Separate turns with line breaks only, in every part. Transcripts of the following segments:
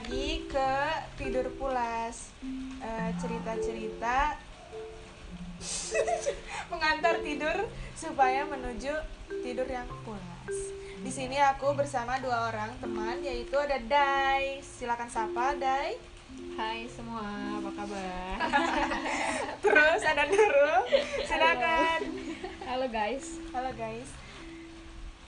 ke tidur pulas Eh, cerita-cerita mengantar tidur supaya menuju tidur yang pulas. Di sini aku bersama dua orang teman yaitu ada Dai. Silakan sapa Dai.
Hai semua, apa kabar?
Terus ada Nurul. Silakan.
Halo guys.
Halo guys.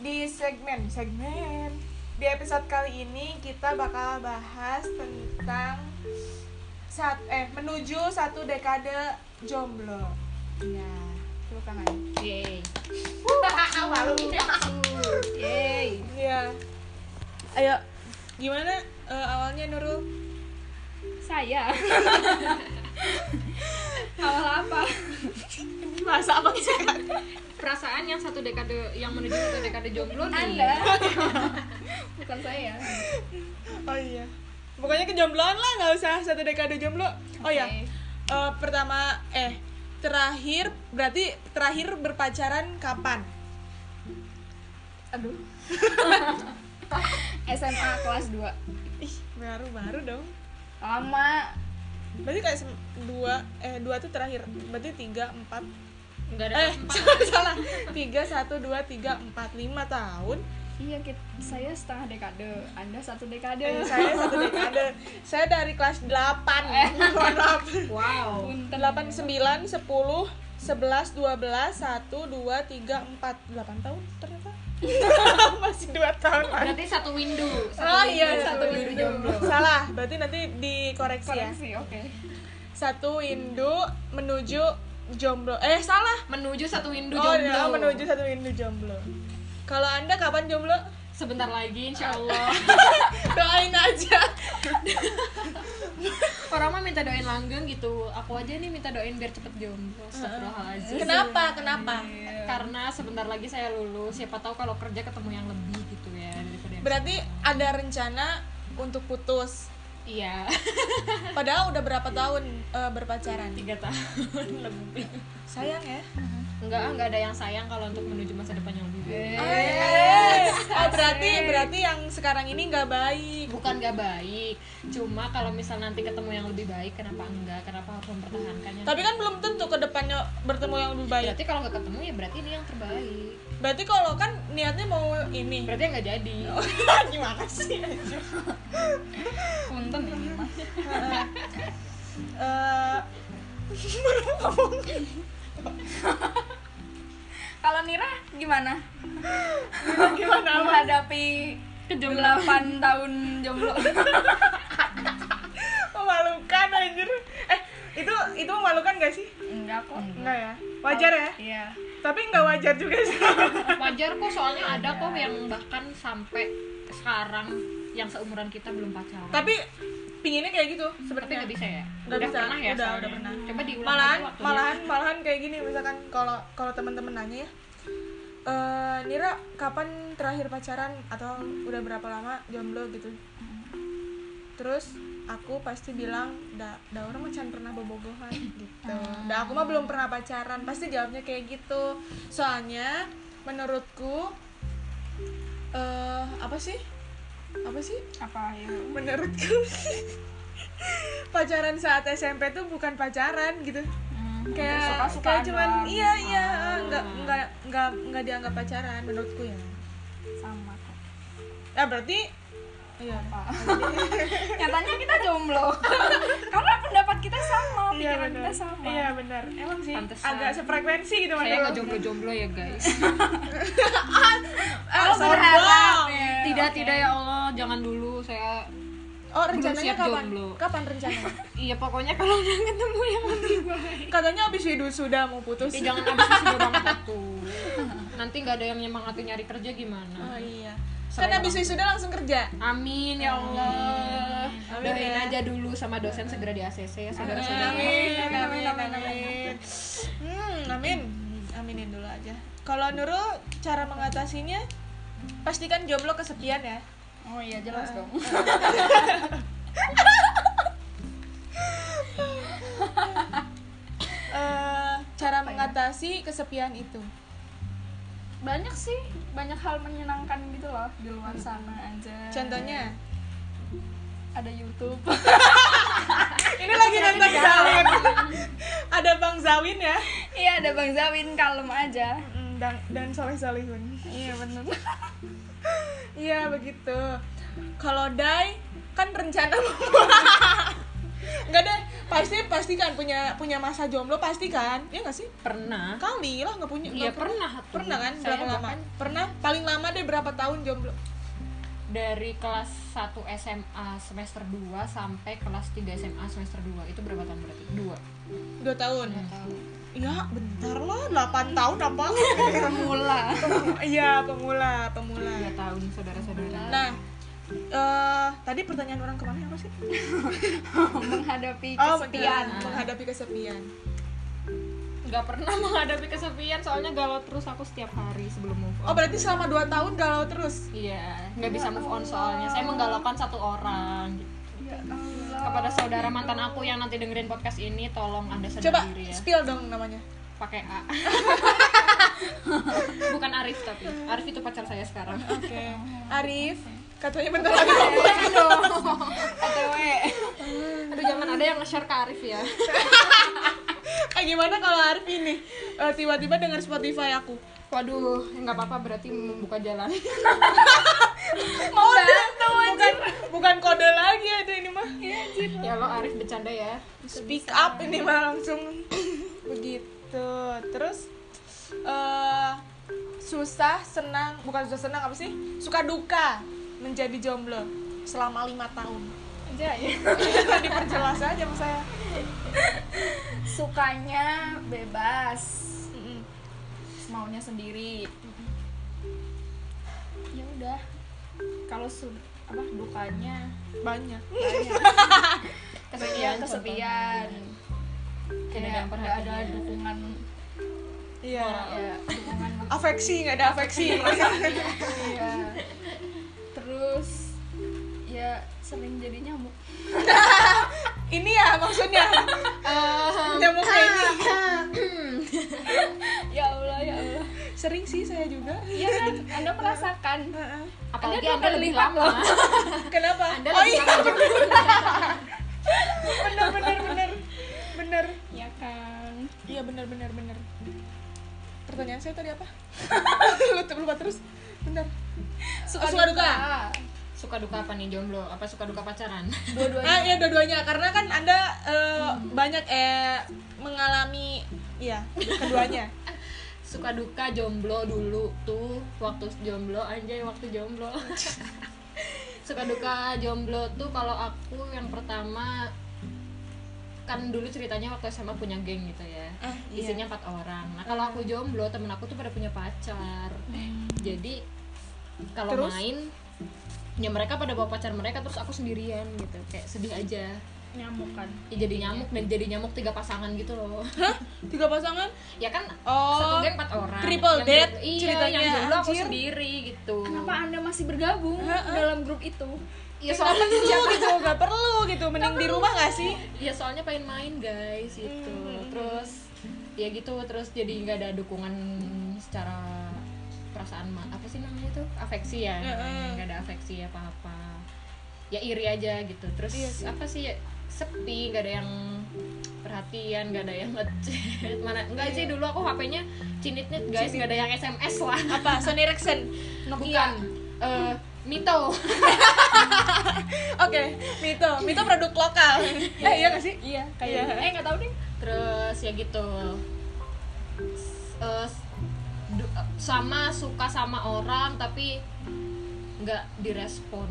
Di segmen segmen di episode kali ini kita bakal bahas tentang saat eh menuju satu dekade jomblo. Iya, pelukan aja.
Yeay.
Malu.
Yeay.
Iya. Ayo, gimana eh, awalnya Nurul?
Saya. Awal apa?
Masa apa sih?
perasaan yang satu dekade yang menuju satu dekade jomblo nih
Anda. Bukan saya.
Oh iya. Pokoknya kejombloan lah, nggak usah satu dekade jomblo. Oh iya.
Oke.
Eh, pertama eh terakhir berarti terakhir berpacaran kapan?
Aduh. SMA kelas 2.
Ih, baru-baru dong.
Lama.
Berarti kayak sem- dua eh dua tuh terakhir. Berarti tiga empat
nggak ada
eh salah salah tiga satu dua tiga empat lima tahun.
Iya, kit- saya setengah dekade, Anda satu dekade.
Eh, saya satu dekade. Saya dari kelas delapan.
Eh.
Mohon maaf.
wow
8, 9, 10, 11, 12, 1, 2, 3, 4 8 tahun ternyata Masih 2 tahun lagi
berarti satu window satu
Oh
window,
iya,
satu
satu
window
window.
jomblo
Salah, berarti nanti dikoreksi ya
Koreksi, oke.
Satu Hindu menuju jomblo Eh salah
menuju satu window
Oh
jomblo
iya, menuju satu Hindu jomblo Kalau anda kapan jomblo?
sebentar lagi insya Allah
Doain aja
orang mah minta doain langgeng gitu aku aja nih minta doain biar cepet jomblo Astagfirullahaladzim
Kenapa? Kenapa?
karena sebentar lagi saya lulus siapa tahu kalau kerja ketemu yang lebih gitu ya daripada yang-
Berarti ada rencana untuk putus
iya
Padahal udah berapa tahun eh, berpacaran?
tiga tahun lebih
Sayang ya
enggak ah, enggak ada yang sayang kalau untuk menuju masa depan yang lebih baik
Eh, oh, berarti berarti yang sekarang ini nggak baik.
bukan gak baik cuma kalau misal nanti ketemu yang lebih baik kenapa enggak kenapa harus mempertahankannya
Tapi kan belum tentu ke depannya bertemu yang lebih baik.
berarti kalau nggak ketemu ya berarti ini yang terbaik
Berarti kalau kan niatnya mau ini.
berarti nggak jadi
Gimana sih?
Punten ini mah.
Eh, baru ngomong.
Kalau Nira gimana?
Gimana?
Menghadapi kejumlahan tahun jomblo.
Memalukan anjir. Eh, itu itu memalukan gak sih?
Enggak kok.
Enggak ya. Wajar ya.
Iya.
Tapi nggak wajar juga sih.
wajar kok soalnya ada kok yang bahkan sampai sekarang yang seumuran kita belum pacaran
Tapi pinginnya kayak gitu
tapi
sebenarnya.
nggak bisa ya
Nggak bisa,
pernah ya
udah,
soalnya.
udah pernah.
coba diulang
malahan
lagi waktunya.
malahan malahan kayak gini misalkan kalau kalau teman-teman nanya ya "Eh, Nira kapan terakhir pacaran atau udah berapa lama jomblo gitu terus aku pasti bilang da, da orang macan pernah bobogohan gitu da aku mah belum pernah pacaran pasti jawabnya kayak gitu soalnya menurutku eh apa sih apa sih
Apa ya? yuk?
menurutku pacaran saat SMP tuh bukan pacaran gitu
Hmm,
kayak
suka-sukaan
kayak cuman
doang.
iya iya nggak nggak nggak nggak dianggap pacaran menurutku ya
sama kok.
ah berarti iya
Nyatanya kita jomblo. Karena pendapat kita sama,
iya
pikiran
benar
kita sama.
iya benar emang sih
Pantesan.
agak sefrekuensi gitu
saya
menurut
nggak jomblo-jomblo ya guys
ah,
Kalau berharap
sombong.
ya.
tidak tidak ya Allah jangan dulu saya
oh rencananya
siap
kapan
jomblo.
kapan rencananya
iya pokoknya kalau udah ketemu yang lebih baik
katanya abis itu sudah mau putus
Ya jangan abis wisuda banget aku Nanti nggak ada yang nyemangatin nyari
oh
kerja gimana
iya kan
Soalnya
abis itu sudah langsung kerja
Amin ya Allah
Amin
Doain
ya.
aja dulu sama dosen segera di ACC ya saudara-saudara
Amin, amin,
amin,
amin, amin. Hmm, amin. Aminin dulu aja. Kalau Nurul cara mengatasinya pastikan jomblo kesepian ya.
Oh iya jelas dong.
Eh, cara mengatasi kesepian itu.
Banyak sih, banyak hal menyenangkan gitu loh di luar sana aja.
Contohnya
ada YouTube
Ini lagi nonton Zawin. Ada Bang Zawin ya.
iya ada Bang Zawin kalem aja
Mm, Dan dan Soleh Solihun.
iya bener
Iya begitu. Kalau Dai kan rencana Enggak deh, pasti pasti kan punya punya masa jomblo pasti kan? Iya nggak sih?
pernah
Kali lah nggak punya.
Iya,
nggak pernah.
pernah tuh.
Pernah kan?
Saya
Berapa lama?
bahkan-
Pernah. Paling lama deh berapa tahun jomblo?
dari kelas 1 SMA semester 2 sampai kelas 3 SMA semester 2 itu berapa tahun berarti? Dua
Dua tahun.
tahu
Ya bentar lah, 8 tahun apa?
mula
Iya pemula, pemula.
Dua tahun saudara-saudara
Nah, eh tadi pertanyaan orang kemana apa sih?
menghadapi
Oh,
kesepian
benar. menghadapi kesepian.
nggak pernah menghadapi kesepian soalnya galau terus aku setiap hari sebelum move
Oh
on
berarti selama 2 tahun galau terus?
iya nggak bisa move on soalnya saya menggalaukan satu orang gitu.
ya Allah
kepada saudara mantan aku yang nanti dengerin podcast ini tolong anda sadar
Coba
diri ya
spill dong namanya.
pakai A bukan Arif tapi Arif itu pacar saya sekarang
Oke. Arif, katanya bentar lagi mau buat
OTW
aduh jangan ada yang nge-share ke Arif ya
Eh gimana kalau Arif ini eh, tiba-tiba denger Spotify aku?
waduh nggak apa-apa berarti membuka jalan
Mau bukan bukan kode lagi ada ini mah.
ya lo Arif bercanda ya
Speak up ini mah langsung begitu. Terus eh susah senang bukan susah senang apa sih suka duka menjadi jomblo selama lima tahun
aja ya
diperjelas aja sama saya
sukanya bebas
Mm-mm.
maunya sendiri ya udah kalau su- apa dukanya
banyak
kesepian
Kesepian,
kesepian
Tidak ada
kayak
yang
nggak ada
perhatian.
dukungan
iya
ya dukungan
afeksi nggak ada afeksi
ya terus ya sering jadi nyamuk
ini ya maksudnya nyamuknya ini
ya allah ya allah
sering sih saya juga
ya kan anda merasakan
apalagi
Anda
anda lebih
terlibat
lama
kenapa
anda
oh
lebih
iya
lama juga.
bener bener bener bener
ya kan
iya bener bener bener pertanyaan saya tadi apa lupa lupa terus bentar suka, Oh, suka duka
suka duka apa nih jomblo apa suka duka pacaran
dua-duanya
ah ya dua-duanya karena kan anda eh, banyak eh mengalami ya keduanya
suka duka jomblo dulu tuh waktu jomblo anjay waktu jomblo suka duka jomblo tuh kalau aku yang pertama kan dulu ceritanya waktu SMA punya geng gitu ya
Ah, iya. Ah.
isinya empat orang nah kalau aku jomblo temen aku tuh pada punya pacar jadi kalau
Hmm. Terus?
main ya mereka pada bawa pacar mereka terus aku sendirian gitu kayak sedih aja
nyamuk kan
Ya,
Iya,
jadi nyamuk dan jadi nyamuk tiga pasangan gitu loh
Hah? tiga pasangan
ya kan
Oh,
satu geng empat orang
triple
Yang
date
jomblo- iya,
ceritanya,
yang jomblo aku
anjir.
sendiri gitu
kenapa anda masih bergabung dalam grup itu
ya soalnya
perlu gitu gak perlu gitu mending di rumah gak sih
ya soalnya pengen main guys gitu
Hmm,
terus ya gitu terus jadi nggak ada dukungan secara perasaan ma- apa sih namanya tuh afeksi ya
Heeh.
nggak ada afeksi apa apa ya iri aja gitu terus
Iya sih.
apa sih ya, sepi nggak ada yang perhatian nggak ada yang ngechat mana enggak
Iya.
sih dulu aku HP-nya cinit-nit guys nggak ada yang SMS lah
apa Sony Ericsson
bukan eh, Mito
Oke, Mito. Mito produk lokal. eh, iya gak sih?
iya kayak
Iya.
eh nggak tahu deh
terus ya gitu S- eh, s- du- eh, sama suka sama orang tapi nggak direspon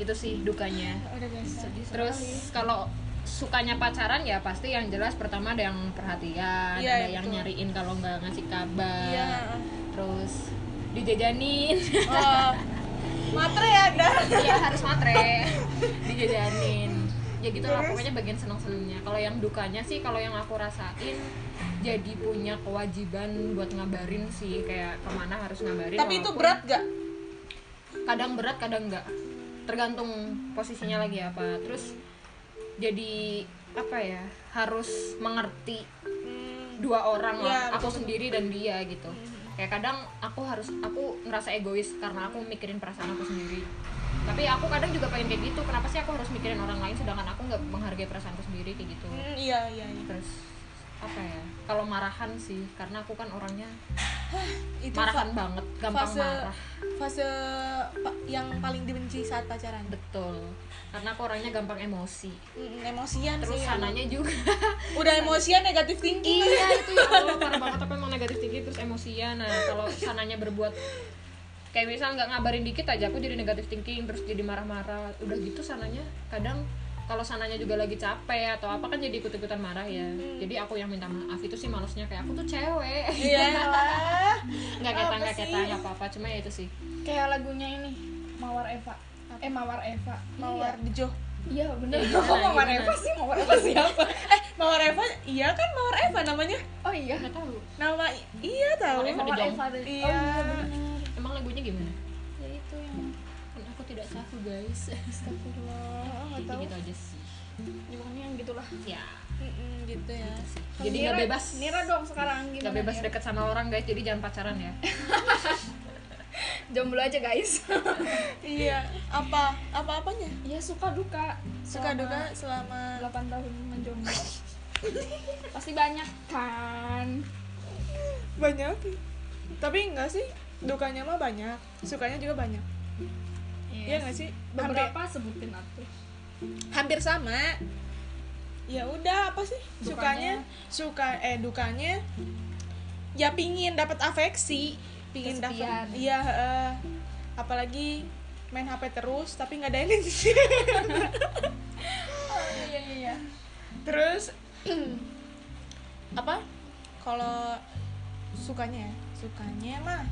itu sih dukanya
Udah biasa.
terus
ya.
kalau sukanya pacaran ya pasti yang jelas pertama ada yang perhatian
Iya,
ada
iya,
yang
betul.
nyariin kalau nggak ngasih kabar
Iya.
terus dijajanin
Oh, matre ya ada.
Iya harus matre dijajanin ya gitu lah pokoknya bagian senang senangnya kalau yang dukanya sih kalau yang aku rasain jadi punya kewajiban buat ngabarin sih kayak kemana harus ngabarin
Tapi itu
walaupun
berat gak?
kadang berat kadang enggak tergantung posisinya lagi apa terus jadi apa ya harus mengerti dua orang lah
Iya,
aku sendiri dan dia gitu kayak kadang aku harus aku ngerasa egois karena aku mikirin perasaan aku sendiri tapi aku kadang juga pengen kayak gitu kenapa sih aku harus mikirin orang lain sedangkan aku nggak menghargai perasaanku sendiri kayak gitu
Hmm, iya iya iya.
terus apa ya kalau marahan sih karena aku kan orangnya
Itu
marahan
fa-
banget kan, gampang
fase
marah
fase pa- yang paling dibenci saat pacaran.
betul karena aku orangnya gampang emosi
Mm, emosian
terus
sih.
sananya juga
Udah emosian negatif thinking.
iya itu ya Allah parah banget tapi emang negatif tinggi terus emosian nah kalau sananya berbuat kayak misal nggak ngabarin dikit aja aku jadi negatif thinking terus jadi marah-marah udah gitu sananya kadang kalau sananya juga lagi capek atau apa kan jadi ikut-ikutan marah ya
Hmm.
jadi aku yang minta maaf itu sih malesnya kayak aku tuh cewek
Iya lah.
nggak kata
Apa
nggak
sih?
kata nggak apa-apa cuma ya itu sih
kayak lagunya ini Mawar Eva eh Mawar Eva
Mawar Dejo.
iya bener
Iya,
kok
gimana,
Mawar
gimana?
Eva sih Mawar Eva siapa
Eh, Mawar Eva, iya kan Mawar Eva namanya?
oh iya
nggak tahu
Nama i- iya tahu.
Mawar Eva
Mawar
Dijong.
Eva tadi.
Iya.
oh iya bener
emang lagunya gimana
ya itu yang
kan aku tidak sahu guys
astagfirullah oh, nggak
jadi
tahu
gitu aja sih
gimana yang gitulah
ya
Mm-mm, gitu ya.
jadi nggak
Nira-
bebas
Nira dong sekarang gimana ya?
nggak bebas
Nira?
deket sama orang guys jadi jangan pacaran ya
jomblo aja guys
Iya. Apa apa apanya?
ya suka duka
Suka
Selama
duka selama
8 tahun menjomblo pasti banyak kan
banyak. Tapi enggak sih, dukanya mah banyak, sukanya juga banyak. Iya
Yes.
enggak sih? Hampir,
beberapa sebutin aku
hampir sama. Ya udah, apa sih?
Dukanya.
Sukanya suka eh dukanya ya pingin dapat afeksi, pingin dapat
Kesepian.
iya, heeh. apalagi main HP terus tapi nggak ada
iya iya iya
Terus apa? Kalau sukanya ya, sukanya mah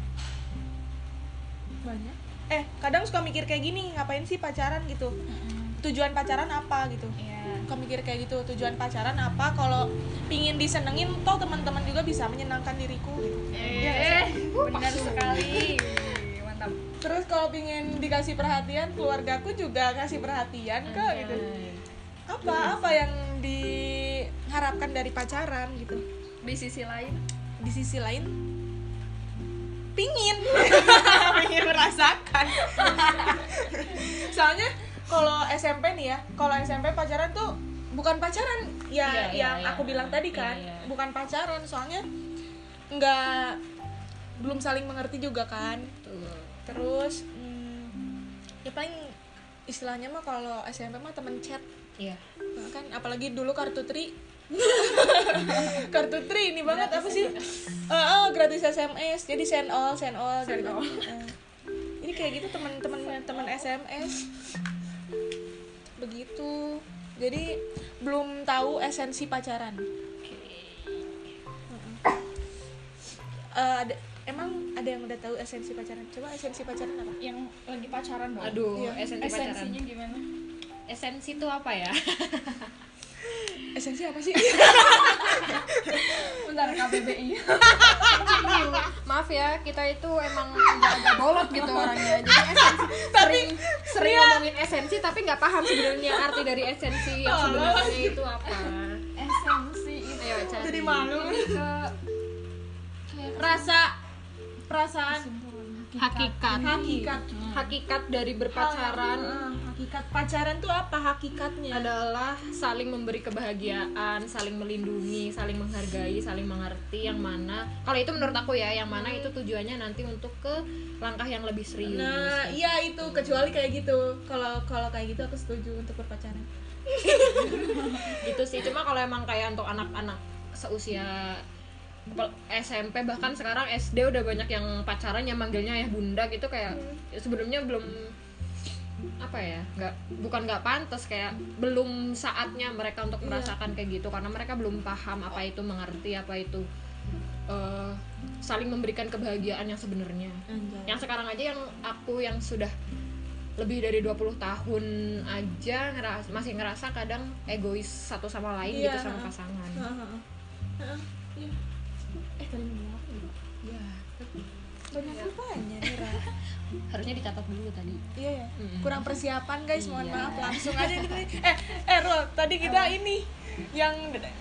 banyak. Eh, kadang suka mikir kayak gini, ngapain sih pacaran gitu? Tujuan pacaran apa gitu?
Iya.
Suka mikir kayak gitu, tujuan pacaran apa? Kalau pingin disenengin, toh teman-teman juga bisa menyenangkan diriku. Gitu.
Eh, benar sekali. Mantap.
Terus kalau pingin dikasih perhatian, keluargaku juga kasih perhatian kok gitu.
Nah,
Apa apa yang diharapkan dari pacaran gitu?
Di sisi lain,
di sisi lain pingin pingin merasakan soalnya kalau SMP nih ya kalau SMP pacaran tuh bukan pacaran ya
Iya, iya,
yang
iya.
aku bilang tadi
Iya,
kan
iya.
bukan pacaran soalnya nggak belum saling mengerti juga kan
Tuh.
terus hmm, ya paling istilahnya mah kalau SMP mah temen chat
Iya.
kan apalagi dulu kartu tri kartu tri ini banget apa sih Eh, eh, gratis SMS jadi send all send all send all ini kayak gitu teman-teman teman SMS begitu jadi belum tahu esensi pacaran Eh, ada emang ada yang udah tahu esensi pacaran coba esensi pacaran apa
yang lagi pacaran dong.
Aduh,
Iya.
esensi pacaran.
Esensinya gimana?
Esensi itu apa ya?
esensi apa sih
Bentar KBBI.
Maaf ya, kita itu emang agak bolot gitu orangnya. Jadi esensi sering sering
iya.
ngomongin esensi tapi nggak paham sebenarnya arti dari esensi yang sebenarnya itu apa.
Esensi itu
Ayo cari.
jadi malu
ke
rasa perasaan
hakikat.
hakikat
Hakikat dari berpacaran
Ah, hakikat pacaran tuh apa hakikatnya
adalah saling memberi kebahagiaan, saling melindungi, saling menghargai, saling mengerti yang mana. Kalau itu menurut aku ya, yang mana itu tujuannya nanti untuk ke langkah yang lebih serius.
nah iya itu kecuali kayak gitu kalau kalau kayak gitu aku setuju untuk berpacaran
gitu sih cuma kalau emang kayak untuk anak-anak seusia pel- SMP bahkan sekarang SD udah banyak yang pacaran yang manggilnya ayah bunda gitu kayak sebelumnya belum apa ya nggak bukan nggak pantas kayak belum saatnya mereka untuk merasakan kayak gitu karena mereka belum paham apa itu mengerti apa itu eh, saling memberikan kebahagiaan yang sebenarnya
Anjay.
yang sekarang aja yang aku yang sudah lebih dari 20 tahun aja ngeras- masih ngerasa kadang egois satu sama lain
Iya.
gitu sama pasangan.
Ah, ah, ah. Ah, ah, iya. eh tadi ngomong apa ya?
Iya,
banyak lupanya nih Ra.
harusnya dicatat dulu tadi.
iya ya
Mm-mm.
kurang persiapan guys mohon
Iya.
maaf langsung aja gitu nih. eh eh Rul, tadi kita ini yang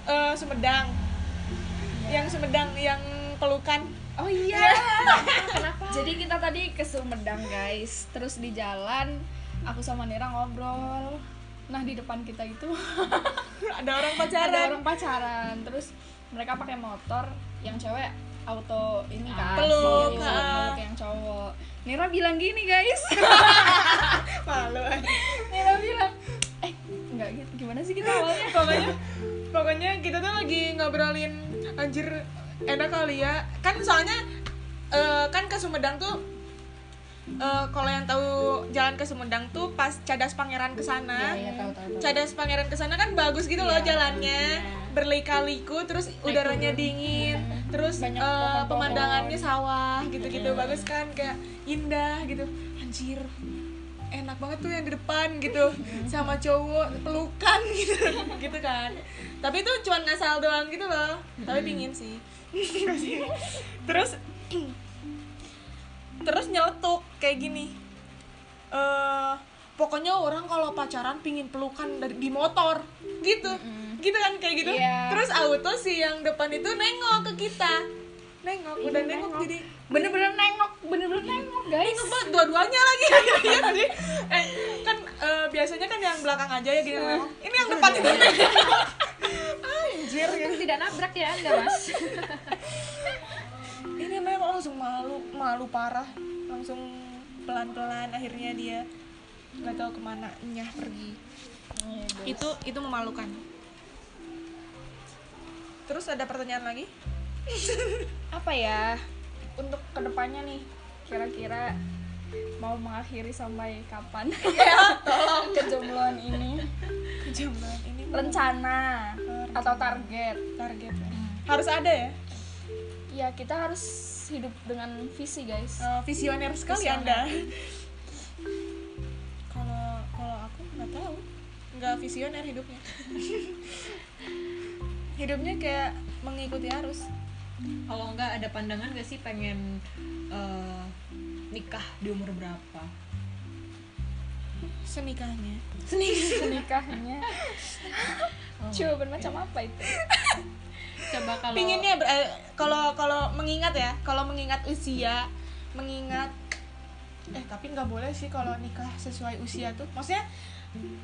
eh, Sumedang yang Sumedang yang pelukan
Oh iya.
Kenapa?
Jadi kita tadi ke Sumedang guys, terus di jalan aku sama Nira ngobrol nah di depan kita itu
ada orang pacaran
ada orang pacaran terus mereka pakai motor yang cewek auto ini kan
Peluk,
peluk,
ah.
peluk yang cowok Nira bilang gini guys
malu eh.
Nira bilang eh nggak gitu gimana sih kita awalnya
pokoknya pokoknya kita tuh lagi ngobrolin anjir enak kali ya kan soalnya eh, kan ke Sumedang tuh eh, kalau yang tahu jalan ke Sumedang tuh pas Cadas Pangeran ke sana
Iya, iya, tahu, tahu, Iya, tahu.
Cadas Pangeran ke sana kan bagus gitu loh jalannya berlika-liku terus udaranya dingin terus eh,
Banyak pohon-pohon.
pemandangannya sawah gitu-gitu
Iya.
bagus kan kayak indah gitu anjir enak banget tuh yang di depan gitu
Iya.
sama cowok pelukan gitu gitu kan tapi itu cuman ngasal doang gitu loh
Hmm.
tapi pingin sih terus terus nyeletuk kayak gini eh pokoknya orang kalau pacaran pingin pelukan dari di motor gitu gitu kan kayak gitu
Iya.
terus auto si yang depan itu nengok ke kita nengok udah nengok, jadi
bener-bener nengok bener-bener nengok guys
Coba dua-duanya lagi Iya sih. eh, kan eh, biasanya kan yang belakang aja ya gitu ini yang depan itu anjir ya
Untung tidak nabrak ya anda mas
ini memang langsung malu malu parah langsung pelan-pelan akhirnya dia nggak tahu kemana nyah pergi Iya, itu itu memalukan terus ada pertanyaan lagi
apa ya untuk kedepannya nih kira-kira mau mengakhiri sampai kapan
Ya,
tolong kejombloan ini
kejaman ini
rencana atau target
targetnya harus ada ya
ya kita harus hidup dengan visi guys
Oh.
Eh, visioner sekali
Visioner.
anda kalau kalau aku nggak tahu nggak visioner hidupnya hidupnya kayak mengikuti arus
kalau enggak ada pandangan gak sih pengen eh, nikah di umur berapa
senikahnya
nikahnya
Oh,
coba macam apa itu
coba kalau
pinginnya ber- eh, kalau kalau mengingat ya kalau mengingat usia mengingat eh tapi nggak boleh sih kalau nikah sesuai usia tuh maksudnya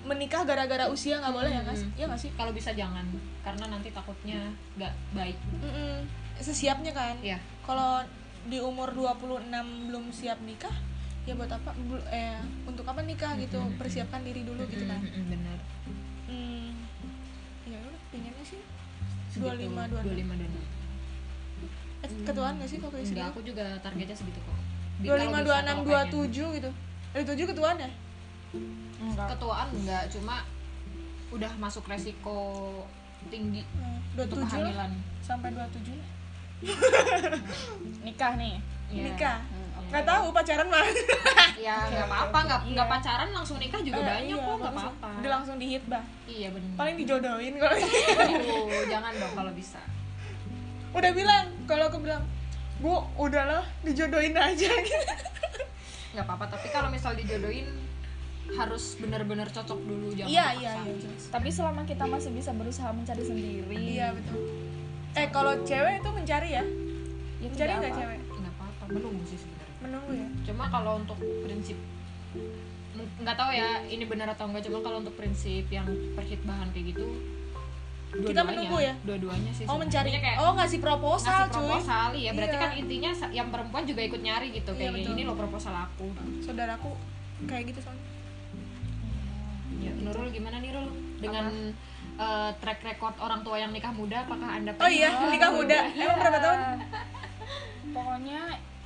menikah gara-gara usia nggak boleh ya kan
Mm-mm.
ya nggak sih
kalau bisa jangan karena nanti takutnya nggak baik
Mm-mm. sesiapnya kan
ya
kalau di umur 26 belum siap nikah ya buat apa Bel- eh untuk apa nikah gitu
Hmm.
persiapkan diri dulu gitu kan
benar
hmm. ya udah pinginnya sih 25 26
25 26
eh, ketuaan gak sih kalau kayak
Enggak,
segitu
aku juga targetnya segitu kok. Bi-
25
kalau bisa,
26
kalau pengen.
27 gitu eh 7 ketuaan ya
Ketuaan enggak, cuma udah masuk resiko tinggi
Nah,
untuk
27 lah
Hmm, kehamilan.
sampai 27 lah
nikah nih
Iya.
nikah
oke.
nggak tahu pacaran mah
Ya, enggak apa-apa, enggak enggak pacaran langsung nikah juga
Eh,
banyak
iya,
kok, enggak
langsung-
apa-apa.
udah langsung dihitbah
Iya, benar.
paling dijodohin kalau
Aduh, jangan dong kalau bisa.
udah bilang kalau aku bilang bu udahlah dijodohin aja gitu
Iya, Enggak apa-apa, tapi kalau misal dijodohin harus benar-benar cocok dulu jangan
iya iya
dipaksa.
iya jelas.
tapi selama kita masih bisa berusaha mencari sendiri
Iya betul. Eh kalau cewek itu mencari ya?
ya
Mencari
tidak
nggak
apa.
cewek?
Enggak apa-apa, menunggu sih sebenarnya.
Menunggu ya.
cuma kalau untuk prinsip nggak tahu ya ini benar atau enggak cuma kalau untuk prinsip yang perhitbahan kayak gitu
Kita
dua-duanya-
menunggu ya?
dua-duanya sih
Oh mencari.
sebenarnya kayak
Oh ngasih proposal,
ngasih proposal ya berarti
Iya.
kan intinya sa- yang perempuan juga ikut nyari gitu
Iya,
kayak
betul.
ini loh proposal aku
cuy. Saudaraku kayak gitu soalnya.
ya Nurul gimana nih Nurul dengan eh, track record orang tua yang nikah muda apakah anda
Oh iya
pengen-
nikah muda. Emang berapa tahun?
pokoknya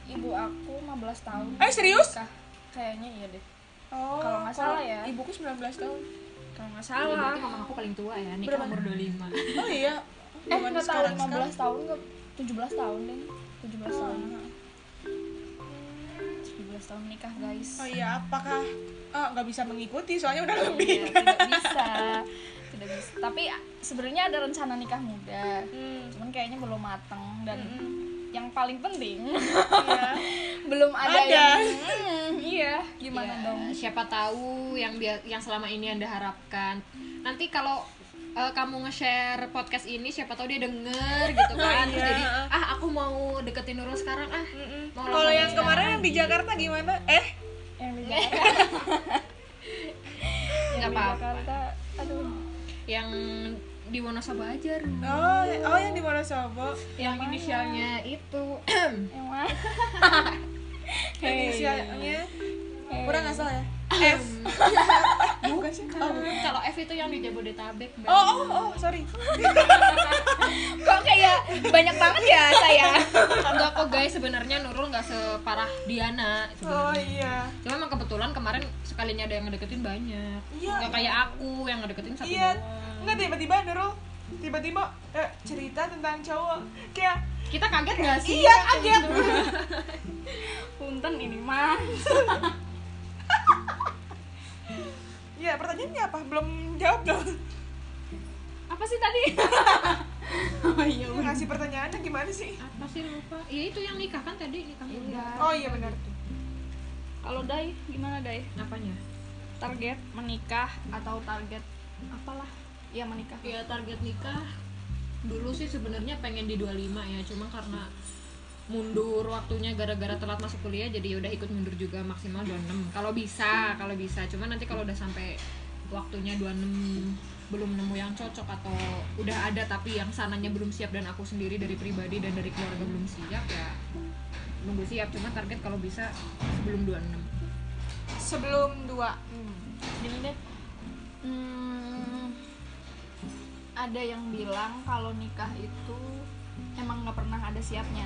ibu aku 15 tahun
Eh serius?
nikah kayaknya iya deh
Oh
Kalau nggak salah ya.
Ibuku 19 tahun.
kalau nggak
Iya,
salah
berarti mama aku paling tua ya nikah
Berapa?
umur 25
Oh iya.
eh
Zaman
nggak tahu 15
sekarang-sekarang.
tahun nggak 17 tahun deh 17 tahun 17 tahun nikah guys
Oh iya apakah ah, nggak bisa mengikuti soalnya udah
Iya,
lebih.
tidak bisa tidak bisa tapi a- sebenarnya ada rencana nikah muda
Hmm.
cuman kayaknya belum mateng dan
Mm-mm.
yang paling penting
Iya.
belum ada,
Ada.
yang Hmm, iya gimana
Ya,
dong
siapa tahu yang bia- yang selama ini anda harapkan nanti kalau eh, kamu nge-share podcast ini siapa tahu dia denger gitu kan Terus
Iya.
jadi ah aku mau deketin Nurul sekarang ah
Mm-mm.
Mau
Kalau
lama
yang kemarin yang di Jakarta gimana? Eh
yang di Jakarta.
Iya.
di
Nggak apa-apa.
Jakarta aduh
yang di Wonosobo aja Ru.
oh oh yang di Wonosobo
yang
mana?
inisialnya itu
Oh.
yang mana
inisialnya
Hey.
kurang nggak salah ya F bukan sih
oh,
oh, bukan.
kalau F itu yang di Jabodetabek Mbak.
oh oh oh sorry
kok kayak banyak banget ya saya
enggak kok guys sebenarnya Nurul nggak separah Diana
oh iya
cuma emang kebetulan kemarin sekalinya ada yang ngedeketin banyak
Iya.
nggak kayak aku yang ngedeketin satu
iya
doang.
nggak tiba-tiba Nurul tiba-tiba eh, cerita tentang cowok kayak
kita kaget nggak sih
iya kaget
gitu. punten ini mah
iya pertanyaannya apa belum jawab dong
apa sih tadi
oh iya
ngasih pertanyaannya gimana sih
apa sih lupa ya itu yang nikah kan tadi nikah muda
oh iya benar
kalau Dai gimana Dai
apanya
target menikah atau target apalah ya menikah
ya target nikah dulu sih sebenarnya pengen di 25 ya cuma karena mundur waktunya gara-gara telat masuk kuliah jadi ya udah ikut mundur juga maksimal 26 kalau bisa kalau bisa cuma nanti kalau udah sampai waktunya 26 belum nemu yang cocok atau udah ada tapi yang sananya belum siap dan aku sendiri dari pribadi dan dari keluarga belum siap ya nunggu siap cuma target kalau bisa sebelum 26
sebelum dua
gini deh hmm, ada yang bilang kalau nikah itu emang nggak pernah ada siapnya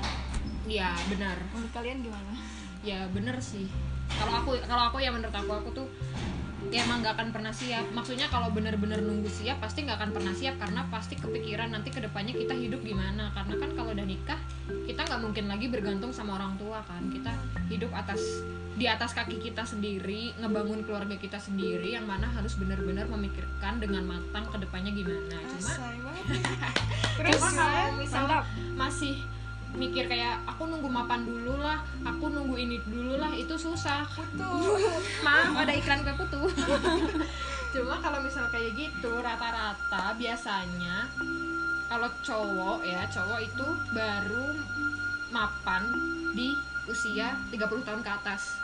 ya benar
menurut kalian gimana
ya bener sih kalau aku kalau aku ya menurut aku aku tuh ya emang nggak akan pernah siap maksudnya kalau bener-bener nunggu siap pasti nggak akan pernah siap karena pasti kepikiran nanti kedepannya kita hidup gimana karena kan kalau udah nikah kita nggak mungkin lagi bergantung sama orang tua kan kita hidup atas di atas kaki kita sendiri ngebangun keluarga kita sendiri yang mana harus bener-bener memikirkan dengan matang kedepannya gimana cuma
Say banget. terus
Cuma
gimana?
kalau misalnya masih mikir kayak aku nunggu mapan dulu lah, aku nunggu ini dulu lah, itu susah. Maaf ada iklan kue putu. Cuma kalau misal kayak gitu rata-rata biasanya kalau cowok ya, cowok itu baru mapan di usia 30 tahun ke atas.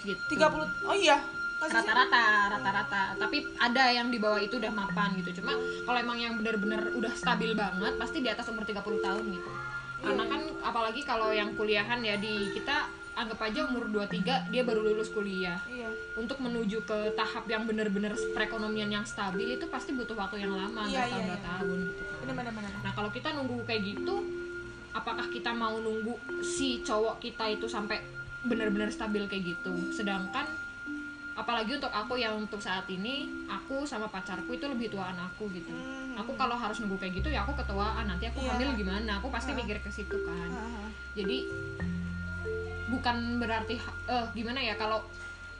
Gitu.
30 oh iya Masa sih?
rata-rata rata-rata tapi ada yang di bawah itu udah mapan gitu cuma kalau emang yang bener-bener udah stabil banget pasti di atas umur 30 tahun gitu
Iya,
karena kan apalagi kalau yang kuliahan ya di kita anggap aja umur 23 dia baru lulus kuliah
iya
untuk menuju ke tahap yang bener-bener perekonomian yang stabil itu pasti butuh waktu yang lama
Iya, iya,
nggak tahun
iya.
tahun gitu kan.
benar benar benar
Nah kalau kita nunggu kayak gitu, apakah kita mau nunggu si cowok kita itu sampai benar-benar stabil kayak gitu? Sedangkan apalagi untuk aku yang untuk saat ini aku sama pacarku itu lebih tuaan aku gitu.
Hmm.
Aku kalau harus nunggu kayak gitu ya aku ketuaan nanti aku
Iya.
hamil gimana? Aku pasti mikir ke situ kan
Ah, ah.
jadi bukan berarti eh gimana ya kalau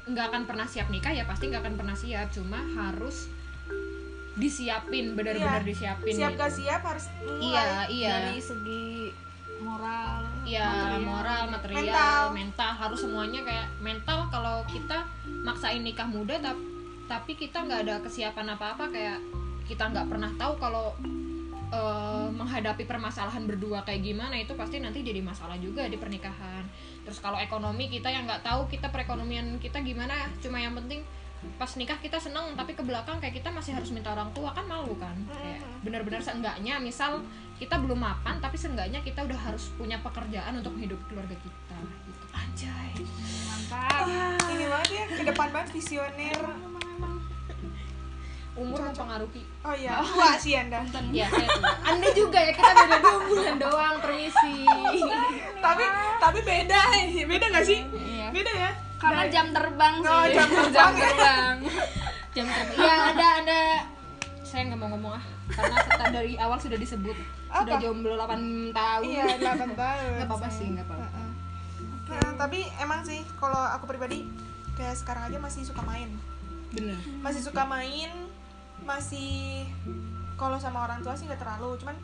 nggak akan pernah siap nikah ya pasti nggak akan pernah siap cuma harus disiapin benar-benar
Iya.
disiapin
siap
gitu.
gak siap harus
iya
mulai
iya
dari segi moral
iya
material.
moral material
Mental.
mental. harus semuanya kayak mental kalau kita maksain nikah muda tapi tapi kita nggak ada kesiapan apa-apa kayak kita nggak pernah tahu kalau eh, menghadapi permasalahan berdua kayak gimana itu pasti nanti jadi masalah juga di pernikahan terus kalau ekonomi kita yang nggak tahu kita perekonomian kita gimana cuma yang penting pas nikah kita seneng tapi ke belakang kayak kita masih harus minta orang tua kan malu kan kayak benar-benar seenggaknya misal kita belum mapan tapi seenggaknya kita udah harus punya pekerjaan untuk hidup keluarga kita gitu anjay
mantap
Wah, ini banget ya ke depan banget visioner
umur mempengaruhi
oh iya tua sih anda
ya saya tua. anda juga ya kita beda dua bulan doang permisi
tapi tapi beda eh. beda gak sih
Iya.
beda ya
karena jam terbang sih
Oh, jam
jam
terbang ya.
terbang jam terbang ya ada ada saya nggak mau ngomong ah karena setelah dari awal sudah disebut sudah
Apa?
jomblo 8 tahun
iya 8 tahun
nggak apa-apa sih nggak apa-apa
Heeh. Nah, tapi emang sih kalau aku pribadi kayak sekarang aja masih suka main
bener
masih suka main masih kalau sama orang tua sih nggak terlalu cuman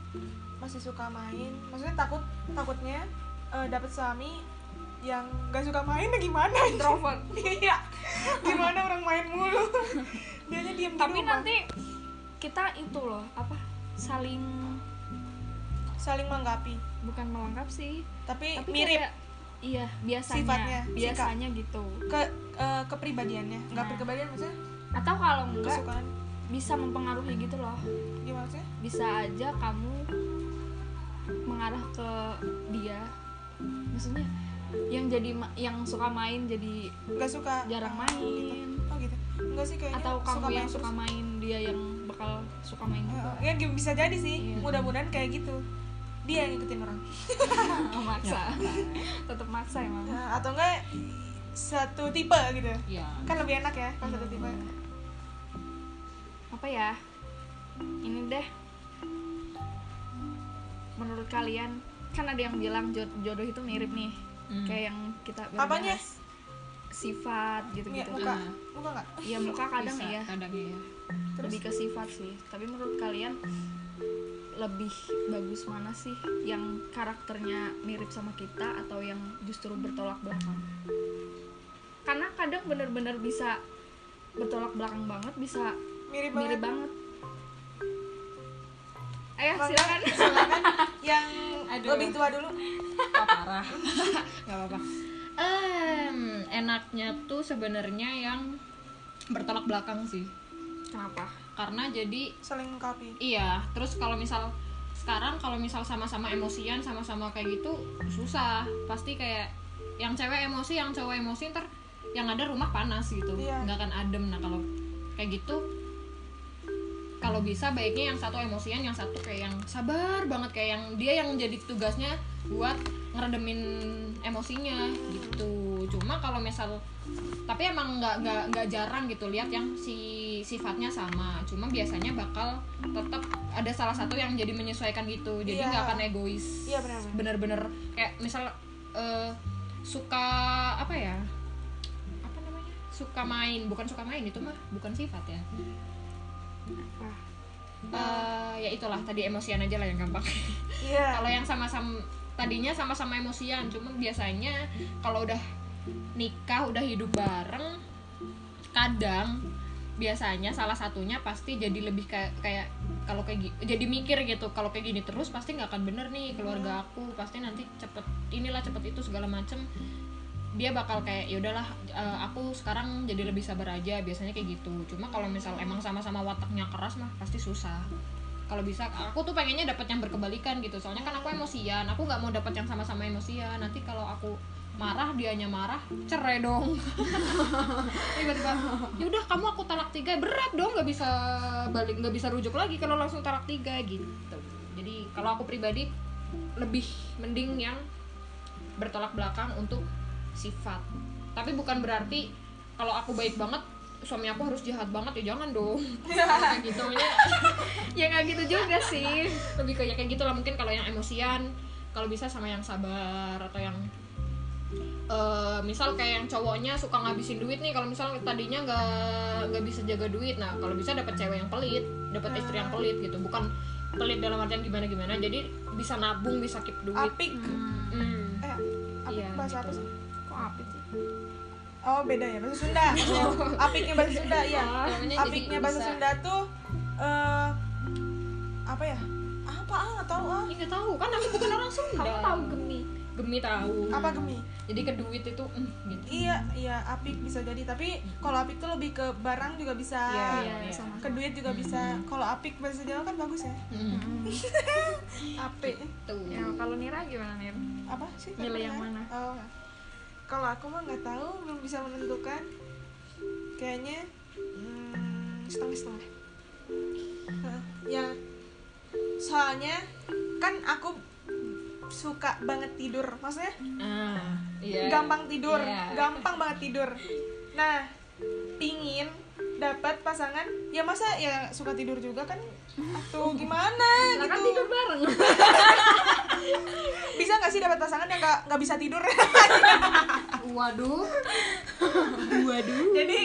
masih suka main maksudnya takut takutnya eh, dapet suami yang nggak suka main ya gimana introvert iya gimana orang main mulu dianya diem di
tapi
rumah.
nanti kita itu loh apa saling
saling menggapi
bukan melengkap sih
tapi,
tapi
mirip
kayak- iya biasanya
Sifatnya, sikap.
biasanya gitu
ke eh, kepribadiannya nggak
Nah.
kepribadian maksudnya
atau kalau enggak
kesukaan
bisa mempengaruhi gitu loh
gimana sih
bisa aja kamu mengarah ke dia maksudnya yang jadi ma- yang suka main jadi
nggak suka
jarang
Ah, gitu.
main
oh gitu enggak sih kayaknya
atau kamu yang
main
suka
terus.
main dia yang bakal suka main juga
Eh, ya gi- bisa jadi sih
Iya.
mudah-mudahan kayak gitu dia yang ngikutin orang Iya.
maksa tetap maksa emang
Nah, atau enggak satu tipe gitu
ya
kan lebih enak ya kalau satu tipe
apa ya ini deh menurut kalian kan ada yang bilang jod- jodoh itu mirip nih
Hmm.
kayak yang kita baru
Apanya?
bahas. sifat gitu
Iya,
gitu
muka
Ah.
muka nggak
ya muka kadang
Bisa,
ya
kadang iya.
lebih ke sifat sih tapi menurut kalian lebih bagus mana sih yang karakternya mirip sama kita atau yang justru bertolak belakang karena kadang bener-bener bisa bertolak belakang banget bisa
mirip
mirip
banget
banget ayah
Bangga.
silakan
silakan yang
Aduh.
lebih tua dulu
Wah, parah nggak apa-apa Em, enaknya tuh sebenarnya yang bertolak belakang sih
kenapa
karena jadi
saling mengkapi
iya terus kalau misal sekarang kalau misal sama-sama emosian sama-sama kayak gitu susah pasti kayak yang cewek emosi yang cowok emosi ntar yang ada rumah panas gitu
Iya.
nggak akan adem nah kalau kayak gitu kalau bisa baiknya yang satu emosian yang satu kayak yang sabar banget kayak yang dia yang jadi tugasnya buat ngeredemin emosinya gitu cuma kalau misal tapi emang nggak nggak nggak jarang gitu lihat yang si sifatnya sama cuma biasanya bakal tetap ada salah satu yang jadi menyesuaikan gitu jadi
Iya.
nggak akan egois
Iya, benar-benar.
bener-bener kayak misal eh, suka apa ya apa namanya suka main bukan suka main itu mah bukan sifat ya
Wah,
Eh, ya itulah tadi emosian aja lah yang gampang
iya
kalau yang sama-sama tadinya sama-sama emosian cuman biasanya kalau udah nikah udah hidup bareng kadang biasanya salah satunya pasti jadi lebih kayak kayak kalau kayak gi- jadi mikir gitu kalau kayak gini terus pasti nggak akan bener nih keluarga aku pasti nanti cepet inilah cepet itu segala macem dia bakal kayak ya udahlah eh, aku sekarang jadi lebih sabar aja biasanya kayak gitu cuma kalau misal emang sama-sama wataknya keras mah pasti susah kalau bisa aku tuh pengennya dapat yang berkebalikan gitu soalnya kan aku emosian aku nggak mau dapat yang sama-sama emosian nanti kalau aku marah dianya marah cerai dong tiba-tiba yaudah kamu aku talak tiga berat dong nggak bisa balik nggak bisa rujuk lagi kalau langsung talak tiga gitu jadi kalau aku pribadi lebih mending yang bertolak belakang untuk sifat tapi bukan berarti kalau aku baik banget suami aku harus jahat banget ya jangan dong Kayak gitu Maksudnya,
ya nggak gitu juga sih
lebih kayak kayak gitulah mungkin kalau yang emosian kalau bisa sama yang sabar atau yang eh, misal kayak yang cowoknya suka ngabisin duit nih kalau misal tadinya nggak nggak bisa jaga duit nah kalau bisa dapat cewek yang pelit dapat istri
Hmm.
yang pelit gitu bukan pelit dalam artian gimana gimana jadi bisa nabung bisa keep duit
apik
gitu. Hmm.
eh apik
Iya,
bahasa apa
gitu.
sih
kok apit sih
oh beda ya bahasa Sunda apiknya bahasa Sunda iya
Oh, namanya jadi
apiknya bahasa
bisa-
Sunda tuh eh apa ya apa ah nggak tahu ah
Ih, nggak tahu kan aku bukan orang Sunda
kamu tahu gemi
gemi tahu
apa gemi
jadi ke duit itu mm, gitu
iya iya apik bisa jadi tapi kalau apik tuh lebih ke barang juga bisa
Iya,
iya, iya, sama.
ke duit juga bisa kalau apik bahasa Jawa kan bagus ya
Mm,
apik
tuh
Hmm. ya kalau Nira gimana Nir
apa sih
Milih yang
Tadi
mana?
oh. kalau aku mah nggak tahu belum bisa menentukan kayaknya hmm, setengah setengah ya soalnya kan aku suka banget tidur maksudnya
ah iya
gampang tidur
Iya.
gampang banget tidur nah pingin dapat pasangan ya masa ya suka tidur juga kan atau gimana
Nah, kan
gitu
tidur bareng
bisa nggak sih dapat pasangan yang nggak nggak bisa tidur Ah.
waduh waduh
jadi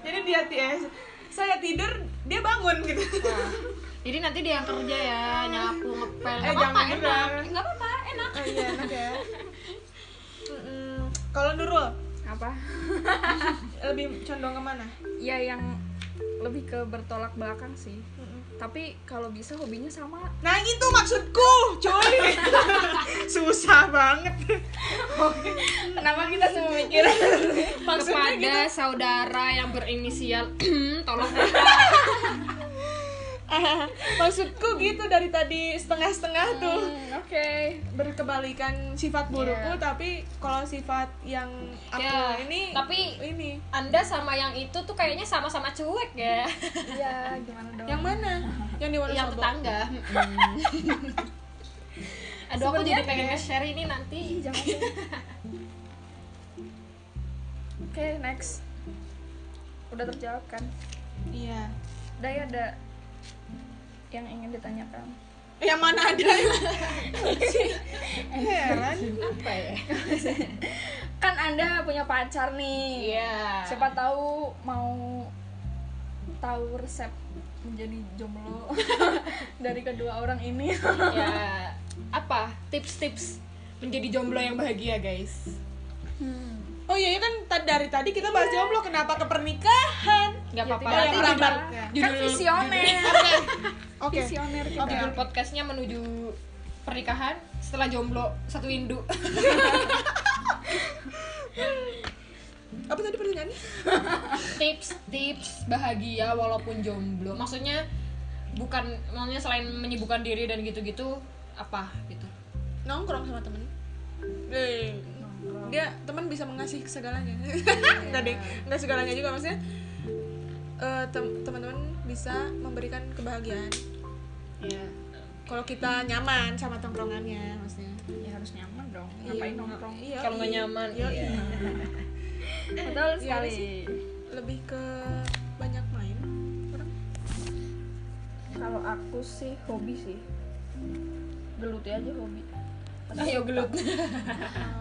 jadi dia TS saya tidur dia bangun gitu
Nah, jadi nanti dia yang kerja ya nyapu ngepel
Eh,
nggak apa-apa
jangan
enak
bener.
nggak apa-apa enak
oh, iya enak ya Mm-mm. kalau Nurul
apa
lebih condong kemana
ya yang lebih ke bertolak belakang sih
Mm-mm.
tapi kalau bisa hobinya sama
Nah itu maksudku, coy. Susah banget.
kenapa kita semua mikir
kepada saudara yang berinisial tolong
maksudku gitu dari tadi setengah-setengah tuh.
oke
Berkebalikan sifat burukku,
Hmm. Iya.
tapi kalau sifat yang aku
Ya,
ini
tapi-
ini.
Anda sama yang itu tuh kayaknya sama-sama cuek ya
Hmm.
iya gimana dong
Yang mana? Yang di
yang
Wonosobo.
tetangga aduh aku jadi pengen nge-share ini nanti
jangan oke next udah terjawab kan
Iya.
Dai ada yang ingin ditanyakan
Yang Ya, mana ada? Heran.
apa ya
kan anda punya pacar nih
iya
siapa tahu mau tahu resep menjadi jomblo dari kedua orang ini
ya apa tips-tips menjadi jomblo yang bahagia guys
Oh iya iya kan tadi dari tadi kita bahas jomblo kenapa ke pernikahan?
nggak
Ya,
apa-apa
tidak
yang
tiba-tiba.
lambat.
kan visioner
Oke.
visioner kita
Oke.
judul podcastnya menuju pernikahan setelah jomblo satu induk
Apa tadi pertanyaannya?
tips-tips bahagia walaupun jomblo maksudnya bukan maksudnya selain menyibukkan diri dan gitu-gitu apa gitu
Nongkrong sama temen. Eh, dia teman bisa mengasih segalanya. Enggak deh, enggak segalanya juga maksudnya. eh, tem- teman-teman bisa memberikan kebahagiaan
ya
kalau kita nyaman sama tongkrongannya maksudnya.
ya harus nyaman dong
Iya.
ngapain nongkrong
Iya,
kalau nggak
iya.
nyaman
Iya,
iya.
iya. Eh,
betul sekali
Lebih ke banyak main. Orang
kalau aku sih hobi sih geluti aja hobi
ayo gelut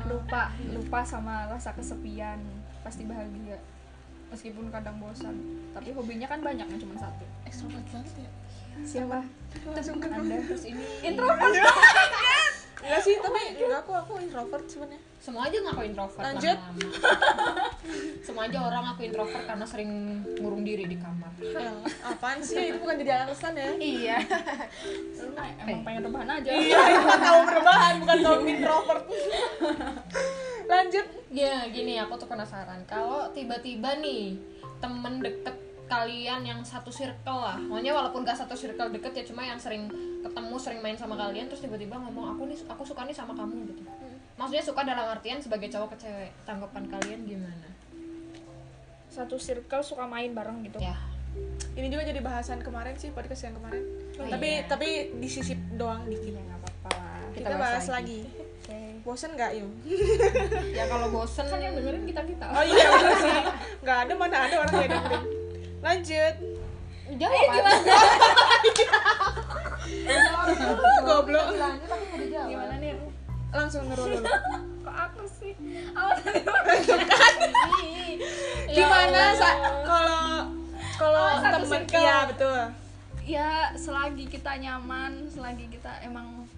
lupa lupa sama rasa kesepian pasti bahagia meskipun kadang bosan tapi hobinya kan banyak yang cuma satu
ekstrovert banget ya.
siapa
Langsung ke
anda
terus ini
introvert
Iya. Enggak sih, tapi enggak aku aku introvert sebenarnya.
semua aja ngaku introvert
Lanjut.
lama-lama. semua aja orang aku introvert karena sering ngurung diri di kamar
Ya, apaan sih? Itu bukan jadi alasan ya.
iya
Lu mah emang pengen
Eh.
rebahan aja
Emang Iya, tahu berbahan bukan tahu introvert. Lanjut.
ya gini aku tuh penasaran kalau tiba-tiba nih temen deket kalian yang satu circle lah maunya walaupun gak satu circle deket ya cuma yang sering ketemu sering main sama kalian terus tiba-tiba ngomong aku nih aku suka nih sama kamu gitu
Hmm.
maksudnya suka dalam artian sebagai cowok ke cewek tanggapan kalian gimana
satu circle suka main bareng gitu
Iya.
ya
Ini juga jadi bahasan kemarin sih podcast yang kemarin.
Oh,
tapi
iya.
tapi disisip doang dikit.
ya nggak apa-apa lah
Kita, bahas lagi.
oke
Bosen nggak yuk?
ya kalau bosen
kan yang dengerin kita kita
Oh iya bener sih. Nggak ada mana ada orang yang dengerin. Lanjut.
Eh,
jawab gimana
Oh, Goblok. Iya.
gimana nih
Langsung ngeru dulu.
kok aku sih awas
Gimana sa- kalau kalau
Ya Oh, satu
temen
circle.
iya betul.
ya selagi kita nyaman selagi kita emang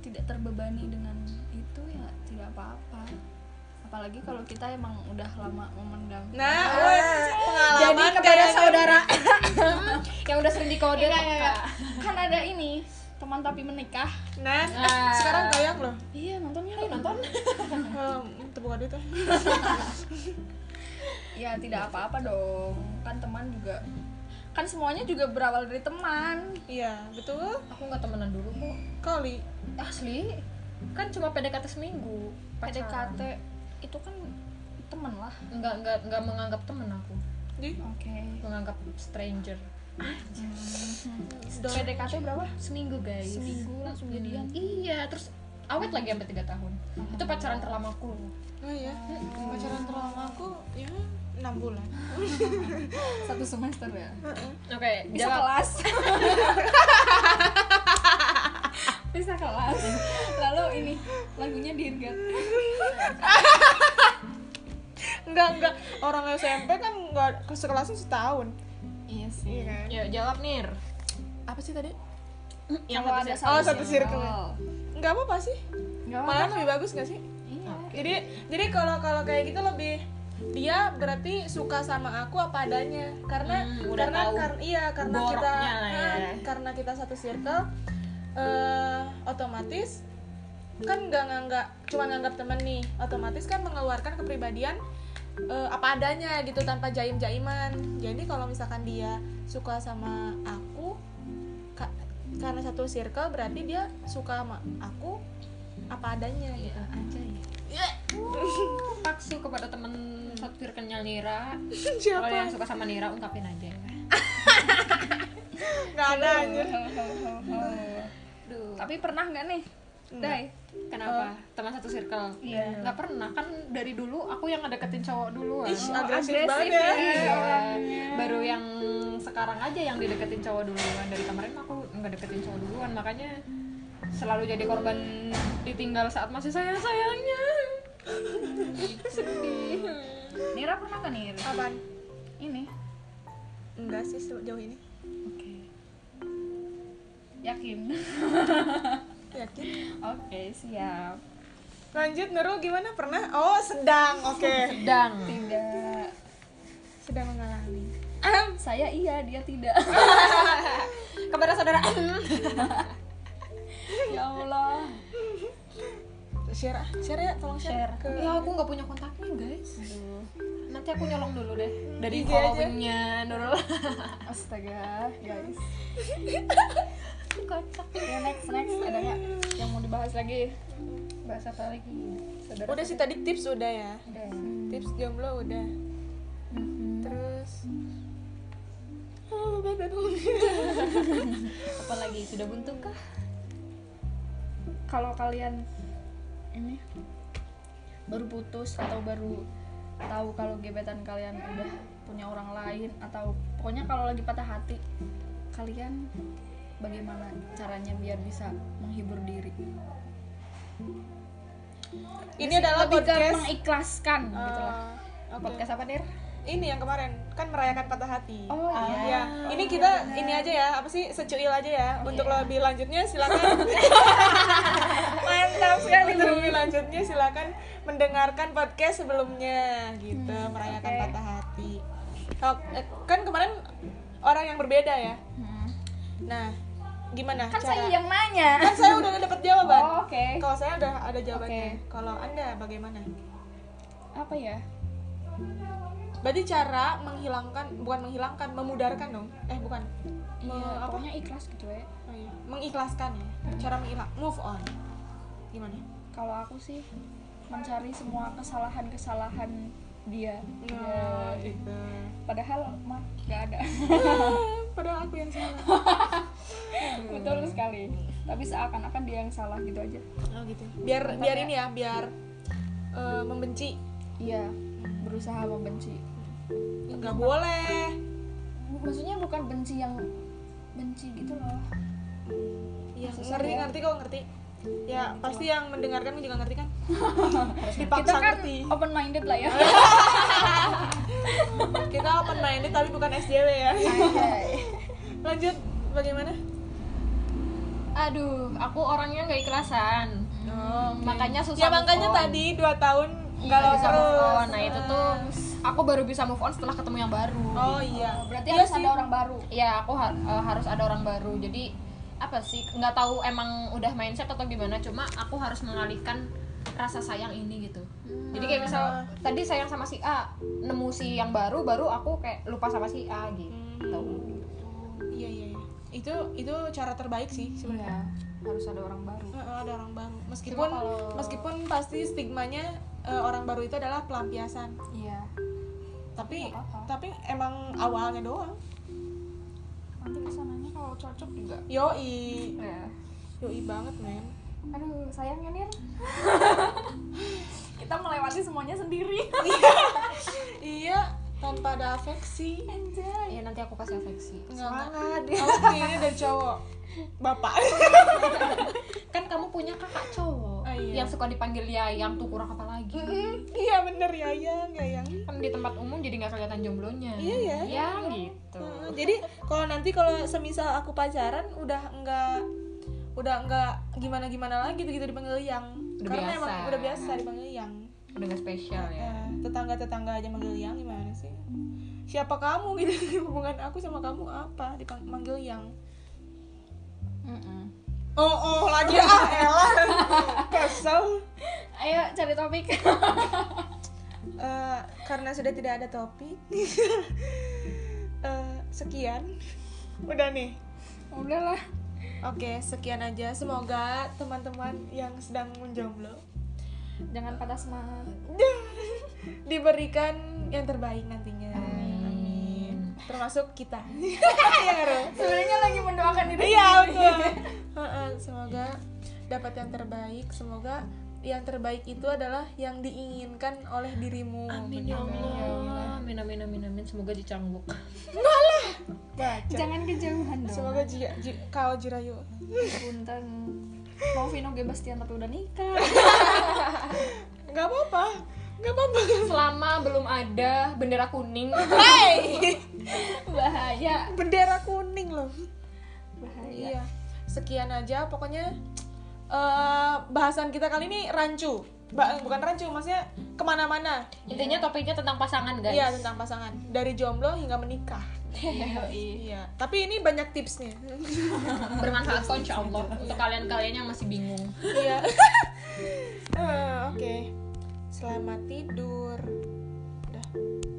tidak terbebani dengan itu ya tidak apa-apa apalagi kalau kita emang udah lama memendam
Nah, weh, pengalaman
Ah. kepada
kayaknya.
saudara.
yang udah sering dikode
Enggak,
peka.
enggak, enggak. kan ada ini teman tapi menikah
Nah, eh,
Ah.
sekarang tayang loh.
iya nontonnya ayo nonton
Um, tepuk aduk tuh.
ya tidak apa-apa dong kan teman juga kan semuanya juga berawal dari teman
Iya, betul.
aku nggak temenan dulu kok
Kali.
asli kan cuma PDKT seminggu
PDKT itu kan teman lah
nggak nggak nggak menganggap temen aku
Di.
oke
menganggap stranger
Dong.
PDKT berapa
seminggu guys
Hmm, seminggu langsung jadian
Hmm, iya terus awet lagi sampai tiga tahun itu pacaran terlamaku
Oh iya, pacaran terlama aku ya 6 bulan.
satu semester ya
oke
bisa
jawab
kelas bisa kelas lalu ini lagunya diingat
Enggak, enggak. Orang SMP kan enggak ke sekelasnya setahun.
iya sih
kan?
ya jawab nir
Apa sih tadi?
yang
kalau ada
satu sih.
satu- Oh, circle. Enggak apa-apa sih.
Iya.
nggak apa
Malah lebih bagus enggak sih?
iya
Jadi jadi kalau kalau kayak gitu lebih dia berarti suka sama aku apa adanya karena
Hmm, udah
karena
tahu
kar- iya karena kita
boroknya lah ya.
nah, karena kita satu circle eh otomatis kan nggak nganggap cuma nganggap temen nih otomatis kan mengeluarkan kepribadian eh, apa adanya gitu tanpa jaim jaiman jadi kalau misalkan dia suka sama aku ka- karena satu circle berarti dia suka sama aku apa adanya gitu
anjay
Iya. Paksu kepada temen satu rekennya Nira Kalau
siapa
yang suka sama Nira ungkapin aja
nggak ada anjir
Duh.
tapi pernah nggak nih
Nggak.
Dai
Kenapa? Teman satu circle?
Iya.
Nggak pernah, kan dari dulu aku yang ngedeketin cowok duluan
Ih, agresif,
agresif
banget
ya.
ya.
Iya. Baru yang sekarang aja yang dideketin cowok duluan Dari kemarin mah aku ngedeketin cowok duluan Makanya selalu jadi korban ditinggal saat masih sayang-sayangnya Sedih
Nira pernah nggak nih Nira?
Apaan?
ini
Enggak sih sejauh ini.
oke yakin
Yakin?
oke siap
Lanjut Nurul gimana? Pernah? Oh, sedang. Oke.
Sedang
tidak
Sedang mengalami.
saya iya dia tidak
Kepada saudara
ya allah
Share ah. Share ya, tolong share, ke
Share.
Ya aku nggak punya kontaknya guys Nanti aku nyolong dulu deh Dari
IG aja.
followingnya Nurul
astaga guys kocak ya next next ada nggak yang mau dibahas lagi bahas apa lagi saudara
Udah sih tadi tips udah ya.
udah
Tips jomblo udah.
Mm-hmm.
Terus Oh, badan
Apalagi sudah buntu kah?
kalau kalian ini baru putus atau baru tahu kalau gebetan kalian udah punya orang lain atau pokoknya kalau lagi patah hati kalian bagaimana caranya biar bisa menghibur diri
Ini adalah
lebih ke
podcast
mengikhlaskan
eh,
gitu lah
oke.
podcast apa Nir?
Ini yang kemarin kan merayakan patah hati.
Oh, iya. Oh,
Iya. Ini kita ini aja ya, apa sih secuil aja ya.
Iya.
Untuk lebih lanjutnya silakan
mantap
Untuk lebih lanjutnya silakan mendengarkan podcast sebelumnya gitu merayakan
Hmm, oke.
patah hati. Oh, eh, kan kemarin orang yang berbeda ya. Nah, gimana
kan
cara?
saya yang nanya
Kan saya udah dapat jawaban.
Oh, oke
Eh, Kalau saya udah ada jawabannya. Kalau Anda bagaimana?
apa ya
Berarti cara menghilangkan bukan menghilangkan, memudarkan dong. Eh, bukan. Me-
Iya,
apa?
pokoknya ikhlas gitu ya
Oh, iya. Mengikhlaskan ya. Cara menghilang move on. Gimana?
kalau aku sih mencari semua kesalahan-kesalahan dia Iya.
Nah, gitu.
padahal mah nggak ada
Padahal aku yang salah.
betul sekali tapi seakan-akan dia yang salah gitu aja
Oh gitu. Biar biar ini ya, biar eh, membenci.
iya berusaha membenci
Enggak boleh.
maksudnya bukan benci yang benci gitu loh
Iya,
susah
ngerti
ya.
ngerti kok ngerti. Ya, pasti yang mendengarkan juga ngerti kan? Dipaksa
kita kan
ngerti.
open minded lah ya
Kita open minded tapi bukan SJW ya.
Iya,
Lanjut bagaimana?
Aduh, aku orangnya nggak ikhlasan.
Oh.
Makanya susah.
ya makanya
move on.
tadi 2 tahun galau
Nggak bisa move
terus.
on. Nah, itu tuh aku baru bisa move on setelah ketemu yang baru.
Oh iya.
berarti
Iya
harus
sih.
ada orang baru
Ya, aku har- eh, harus ada orang baru. Jadi apa sih? Nggak tahu emang udah mindset atau gimana. Cuma aku harus mengalihkan rasa sayang ini gitu. Jadi kayak misal tadi sayang sama si A, nemu si yang baru, baru aku kayak lupa sama si A gitu.
Iya iya iya. Itu itu cara terbaik sih sebenarnya.
ya harus ada orang baru
Heeh, ada orang baru. Meskipun
kalau-
meskipun pasti stigmanya eh, orang baru itu adalah pelampiasan.
iya
Tapi
Nggak apa-apa.
tapi emang awalnya doang.
nanti kesananya kalau cocok juga
Yoi.
ya
Yoi banget, men.
aduh sayangnya Nir kita melewati semuanya sendiri
Iya, tanpa ada afeksi.
anjay
Ya nanti aku kasih afeksi.
Semangat. Awas nih, ini dari cowok. Bapak.
Kan kamu punya kakak cowok
Oh, iya.
Ya.
yang suka dipanggil Yayang tuh kurang apa lagi?
iya bener ya, yang, ya yang.
kan di tempat umum jadi nggak kelihatan jomblonya
Iya, ya.
ya gitu
Heeh, Jadi kalau nanti kalau semisal aku pacaran udah enggak udah enggak gimana gimana lagi begitu gitu, dipanggil yang
Udah
karena
biasa.
emang udah biasa dipanggil yang
udah nggak spesial ya
Eh, tetangga-tetangga aja manggil yang gimana sih siapa kamu gitu hubungan aku sama kamu apa dipanggil yang
Mm-mm.
oh oh lagi ah elah kesel
Ayo cari topik.
Eh, karena sudah tidak ada topik eh, sekian udah nih
Udahlah.
Oke, sekian aja. Semoga teman-teman yang sedang menjomblo
Jangan patah semangat.
diberikan yang terbaik nantinya. Amin. Termasuk kita. ya nggak, Ro?
Sebenarnya lagi mendoakan diri.
Iya, betul. Heeh, Semoga dapat yang terbaik. Semoga yang terbaik itu adalah yang diinginkan oleh dirimu.
Amin ya Allah. Amin amin amin amin. Semoga dicangguk.
Baca.
Jangan kejauhan dong.
Semoga jia, ji- kau jirayu.
Punten. Mau Vino G. Bastian tapi udah nikah.
Gak apa-apa. Gak apa-apa.
Selama belum ada bendera kuning.
Hey!
Bahaya.
Bendera kuning loh.
Bahaya.
Iya. Sekian aja pokoknya eh, bahasan kita kali ini rancu. Ba- bukan rancu, maksudnya kemana-mana.
Intinya topiknya tentang pasangan guys.
Iya tentang pasangan. Dari jomblo hingga menikah. Iya. Tapi ini banyak tipsnya.
Bermanfaat kok insya Allah untuk kalian-kalian yang masih bingung.
Iya. Eh, Oke. Selamat tidur. Udah.